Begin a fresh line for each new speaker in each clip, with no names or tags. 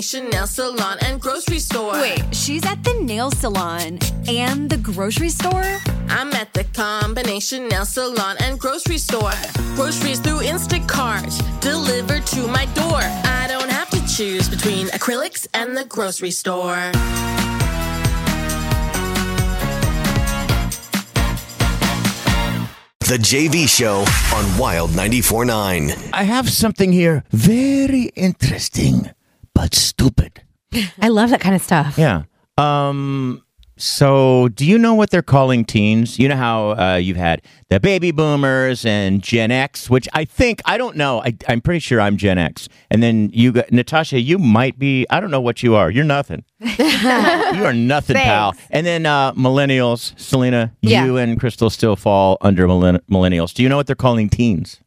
Chanel salon and grocery store.
Wait, she's at the nail salon and the grocery store?
I'm at the combination nail salon and grocery store. Groceries through Instacart delivered to my door. I don't have to choose between acrylics and the grocery store.
The JV Show on Wild 94.9.
I have something here very interesting, but stupid.
I love that kind of stuff.
Yeah. Um. So, do you know what they're calling teens? You know how uh, you've had the baby boomers and Gen X, which I think I don't know. I, I'm pretty sure I'm Gen X, and then you, got, Natasha, you might be. I don't know what you are. You're nothing. you are nothing, pal. And then uh, millennials, Selena,
Yeah.
you and Crystal still fall under millen- millennials. Do you know what they're calling teens?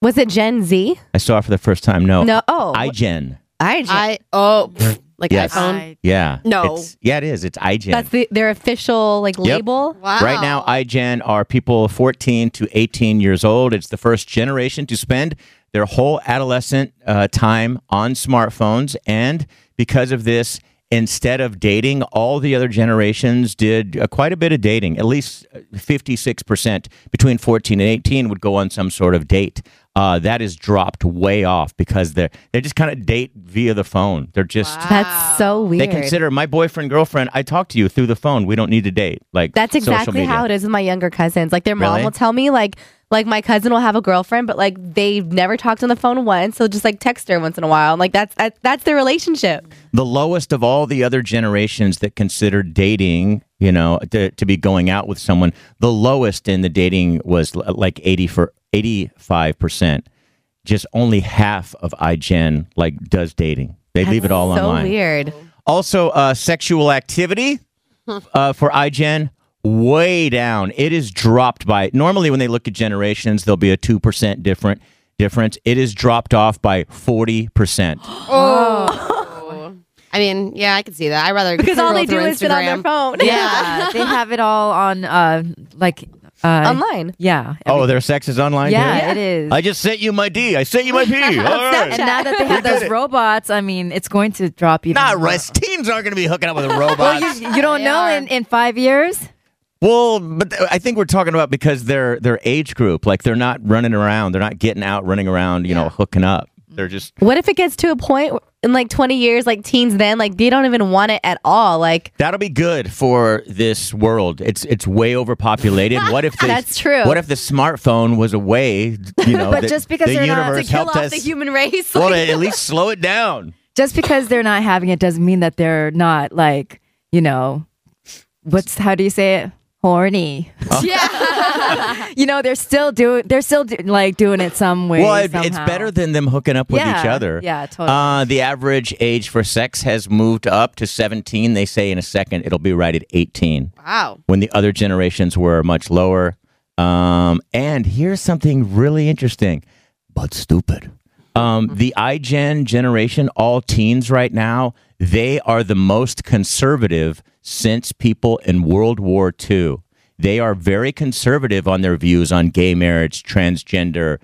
Was it Gen Z?
I saw it for the first time. No.
No. Oh.
iGen.
I,
I oh pfft, like
Yes.
iPhone.
Yeah.
No.
It's- yeah, it is. It's iGen.
that's the, their official like label.
wow.
Right now, iGen are people 14 to 18 years old. It's the first generation to spend their whole adolescent uh, time on smartphones. And because of this, instead of dating, all the other generations did uh, quite a bit of dating. At least uh, 56% between 14 and 18 would go on some sort of date. Uh, that is dropped way off because they're, they just kind of date via the phone. They're just.
That's so weird.
They consider my boyfriend, girlfriend. I talk to you through the phone. We don't need to date. Like
That's
social
exactly
media.
how it is with my younger cousins. Like their mom
Really?
will tell me like like my cousin will have a girlfriend, but like they've never talked on the phone once. So just like text her once in a while, and like that's that, that's their relationship.
the lowest of all the other generations that consider dating, you know, to, to be going out with someone, the lowest in the dating was l- like 80 for 85%. Just only half of iGen like does dating. They leave it all
so
online.
weird.
Also, uh, sexual activity uh, for iGen way down. It is dropped by normally when they look at generations, there'll be a two percent different difference. It is dropped off by forty percent.
I mean, yeah, I can see that. I'd rather
Because all
scroll
they do
through
is sit on their
Instagram.
phone.
Yeah, they have it all on uh like uh
Online.
Yeah.
Oh, their sex is online.
yeah,
too?
it is.
I just sent you my D. I sent you my P. All right.
and now that they have those robots, I mean, it's going to drop even.
Nah,
more.
Russ. Teens aren't going to be hooking up with robots.
You don't know in, in five years.
well, but th- I think we're talking about because they're their age group. Like they're not running around. They're not getting out running around. You know, hooking up. They're just
What if it gets to a point wh- in like 20 years, like teens then, like they don't even want it at all? Like,
that'll be good for this world. It's it's way overpopulated. What if they,
That's true.
What if the smartphone was a way? You know,
But
that
just because
the
they're not- to
universe
to kill
helped
off
us.
the human race.
well,
like-
at least slow it down.
Just because they're not having it doesn't mean that they're not like you know, what's how do you say it? Horny. Yeah. you know, they're still doing. They're still do, like doing it some way.
Well, it, it's
somehow.
better than them hooking up with each
Yeah,
other.
yeah, totally.
Uh, the average age for sex has moved up to 17. They say in a second it'll be right at 18
Wow.
when the other generations were much lower. Um, and here's something really interesting, but stupid. Um, the iGen generation, all teens right now, they are the most conservative since people in World War II. They are very conservative on their views on gay marriage, transgender,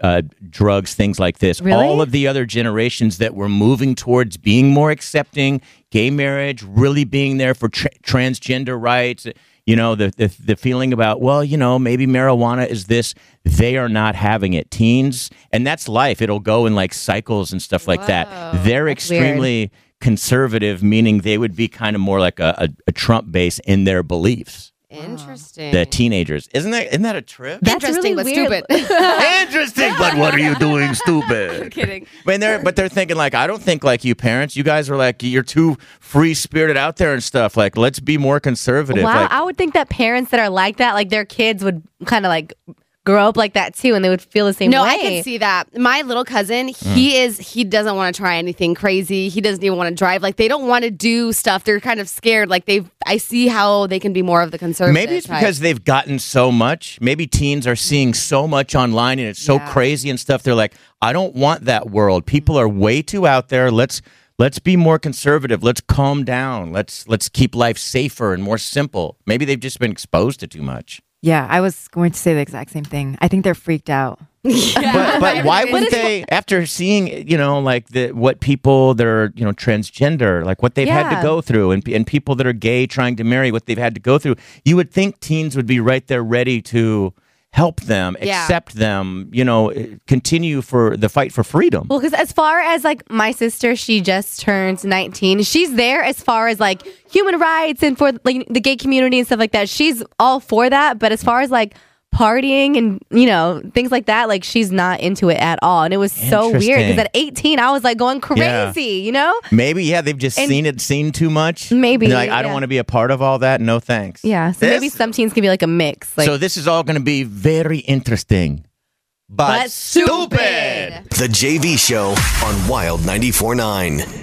uh, drugs, things like this. All of the other generations that were moving towards being more accepting, gay marriage, really being there for tra- transgender rights, you know, the, the, the feeling about, well, you know, maybe marijuana is this. They are not having it. Teens, and that's life. It'll go in like cycles and stuff like that. They're extremely conservative, meaning they would be kind of more like a, a, a Trump base in their beliefs.
Interesting.
The teenagers, isn't that isn't that a trip?
That's
Interesting,
really
but
weird.
stupid.
Interesting, but what are you doing, stupid? Kidding. I mean, they're but they're thinking like I don't think like you parents. You guys are like you're too free spirited out there and stuff. Like let's be more conservative.
Wow,
Like,
I would think that parents that are like that, like their kids would kind of like grow up like that too, and they would feel the same
No,
way.
I can see that. My little cousin, he is he doesn't want to try anything crazy. He doesn't even want to drive. Like they don't want to do stuff. They're kind of scared. Like they I see how they can be more of the conservative.
Maybe it's
type.
because they've gotten so much. Maybe teens are seeing so much online and it's so crazy and stuff. They're like, I don't want that world. People are way too out there. Let's let's be more conservative. Let's calm down. Let's let's keep life safer and more simple. Maybe they've just been exposed to too much.
Yeah, I was going to say the exact same thing. I think they're freaked out.
But, but why would they after seeing you know like the what people that are you know transgender like what they've had to
Yeah.
go through and and people that are gay trying to marry what they've had to go through you would think teens would be right there ready to help them
Yeah.
accept them you know eh, continue for the fight for freedom
Well, because as far as like my sister, she just turns 19. She's there as far as like human rights and for like the gay community and stuff like that. She's all for that. But as far as like partying and, you know, things like that, like she's not into it at all. And it was so weird because
Interesting.
at 18, I was like going crazy,
Yeah.
you know?
Maybe yeah, they've just
And-
seen it, seen too much.
Maybe,
And they're like I don't
yeah.
want to be a part of all that. No thanks.
Yeah. So maybe
This-
some teens can be like a mix. Like,
so this is all going to be very interesting, but,
But stupid.
stupid.
The JV Show on Wild 94.9.